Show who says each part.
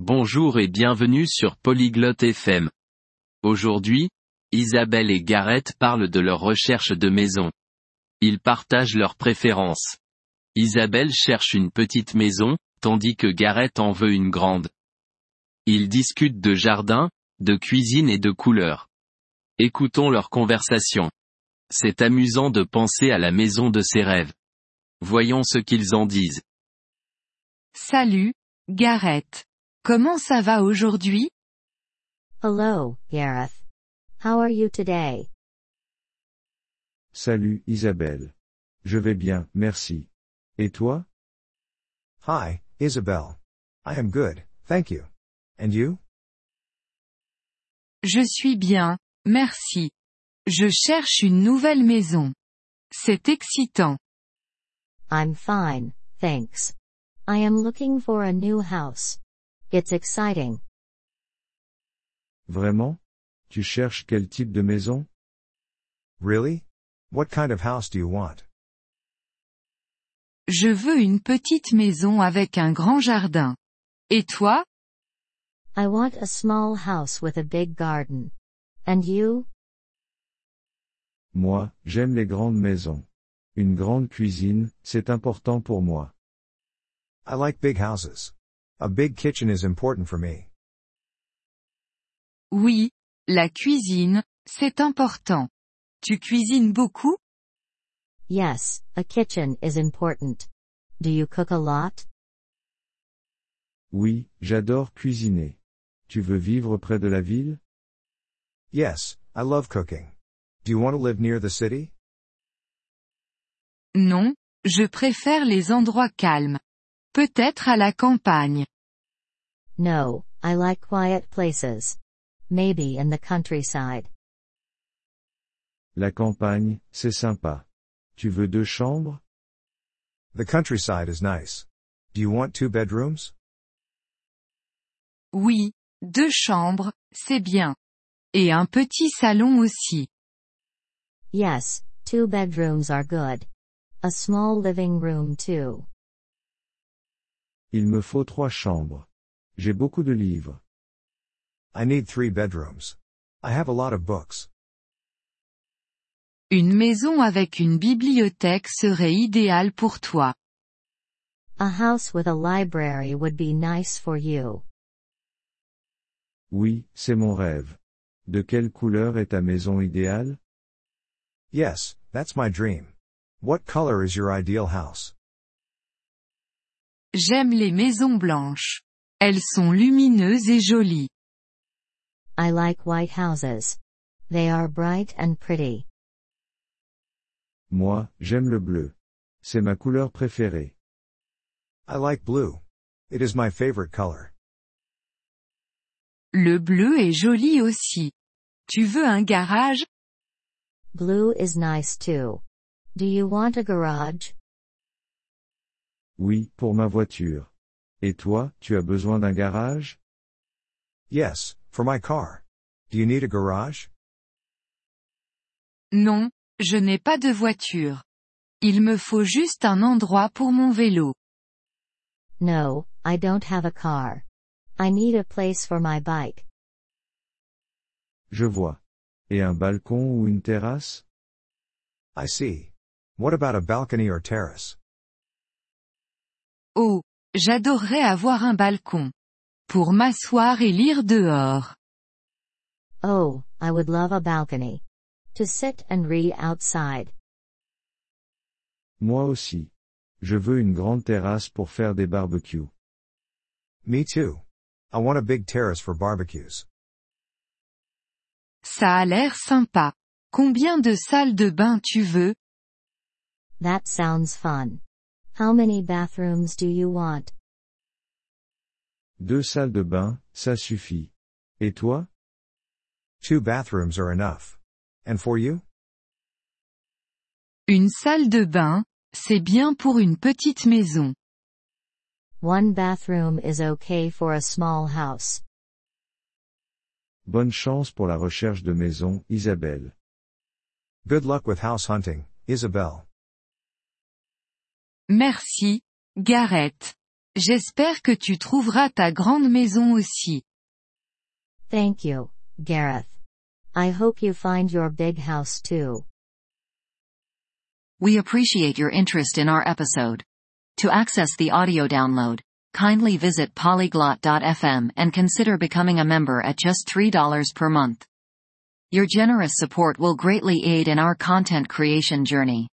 Speaker 1: Bonjour et bienvenue sur Polyglotte FM. Aujourd'hui, Isabelle et Gareth parlent de leur recherche de maison. Ils partagent leurs préférences. Isabelle cherche une petite maison, tandis que Gareth en veut une grande. Ils discutent de jardin, de cuisine et de couleurs. Écoutons leur conversation. C'est amusant de penser à la maison de ses rêves. Voyons ce qu'ils en disent.
Speaker 2: Salut, Gareth. Comment ça va aujourd'hui?
Speaker 3: Hello, Gareth. How are you today?
Speaker 4: Salut, Isabelle. Je vais bien, merci. Et toi?
Speaker 5: Hi, Isabelle. I am good, thank you. And you?
Speaker 2: Je suis bien, merci. Je cherche une nouvelle maison. C'est excitant.
Speaker 3: I'm fine, thanks. I am looking for a new house. It's exciting.
Speaker 4: Vraiment? Tu cherches quel type de maison?
Speaker 5: Really? What kind of house do you want?
Speaker 2: Je veux une petite maison avec un grand jardin. Et toi?
Speaker 3: I want a small house with a big garden. And you?
Speaker 4: Moi, j'aime les grandes maisons. Une grande cuisine, c'est important pour moi.
Speaker 5: I like big houses. A big kitchen is important for me.
Speaker 2: Oui, la cuisine, c'est important. Tu cuisines beaucoup?
Speaker 3: Yes, a kitchen is important. Do you cook a lot?
Speaker 4: Oui, j'adore cuisiner. Tu veux vivre près de la ville?
Speaker 5: Yes, I love cooking. Do you want to live near the city?
Speaker 2: Non, je préfère les endroits calmes. Peut-être à la campagne.
Speaker 3: No, I like quiet places. Maybe in the countryside.
Speaker 4: La campagne, c'est sympa. Tu veux deux chambres?
Speaker 5: The countryside is nice. Do you want two bedrooms?
Speaker 2: Oui, deux chambres, c'est bien. Et un petit salon aussi.
Speaker 3: Yes, two bedrooms are good. A small living room too.
Speaker 4: Il me faut trois chambres. J'ai beaucoup de livres.
Speaker 5: I need three bedrooms. I have a lot of books.
Speaker 2: Une maison avec une bibliothèque serait idéale pour toi.
Speaker 3: A house with a library would be nice for you.
Speaker 4: Oui, c'est mon rêve. De quelle couleur est ta maison idéale?
Speaker 5: Yes, that's my dream. What color is your ideal house?
Speaker 2: J'aime les maisons blanches. Elles sont lumineuses et jolies.
Speaker 3: I like white houses. They are bright and pretty.
Speaker 4: Moi, j'aime le bleu. C'est ma couleur préférée.
Speaker 5: I like blue. It is my favorite color.
Speaker 2: Le bleu est joli aussi. Tu veux un garage?
Speaker 3: Blue is nice too. Do you want a garage?
Speaker 4: Oui, pour ma voiture. Et toi, tu as besoin d'un garage?
Speaker 5: Yes, for my car. Do you need a garage?
Speaker 2: Non, je n'ai pas de voiture. Il me faut juste un endroit pour mon vélo.
Speaker 3: No, I don't have a car. I need a place for my bike.
Speaker 4: Je vois. Et un balcon ou une terrasse?
Speaker 5: I see. What about a balcony or terrace?
Speaker 2: Oh, j'adorerais avoir un balcon. Pour m'asseoir et lire dehors.
Speaker 3: Oh, I would love a balcony. To sit and read outside.
Speaker 4: Moi aussi. Je veux une grande terrasse pour faire des barbecues.
Speaker 5: Me too. I want a big terrace for barbecues.
Speaker 2: Ça a l'air sympa. Combien de salles de bain tu veux?
Speaker 3: That sounds fun. How many bathrooms do you want?
Speaker 4: Deux salles de bain, ça suffit. Et toi?
Speaker 5: Two bathrooms are enough. And for you?
Speaker 2: Une salle de bain, c'est bien pour une petite maison.
Speaker 3: One bathroom is okay for a small house.
Speaker 4: Bonne chance pour la recherche de maison, Isabelle.
Speaker 5: Good luck with house hunting, Isabelle.
Speaker 2: Merci, Gareth.
Speaker 6: J'espère que tu trouveras ta grande maison aussi.
Speaker 3: Thank you, Gareth. I hope you find your big house too.
Speaker 2: We appreciate your interest in our episode. To access the audio download, kindly visit polyglot.fm and consider becoming a member at just $3 per month. Your generous support will greatly aid in our content creation journey.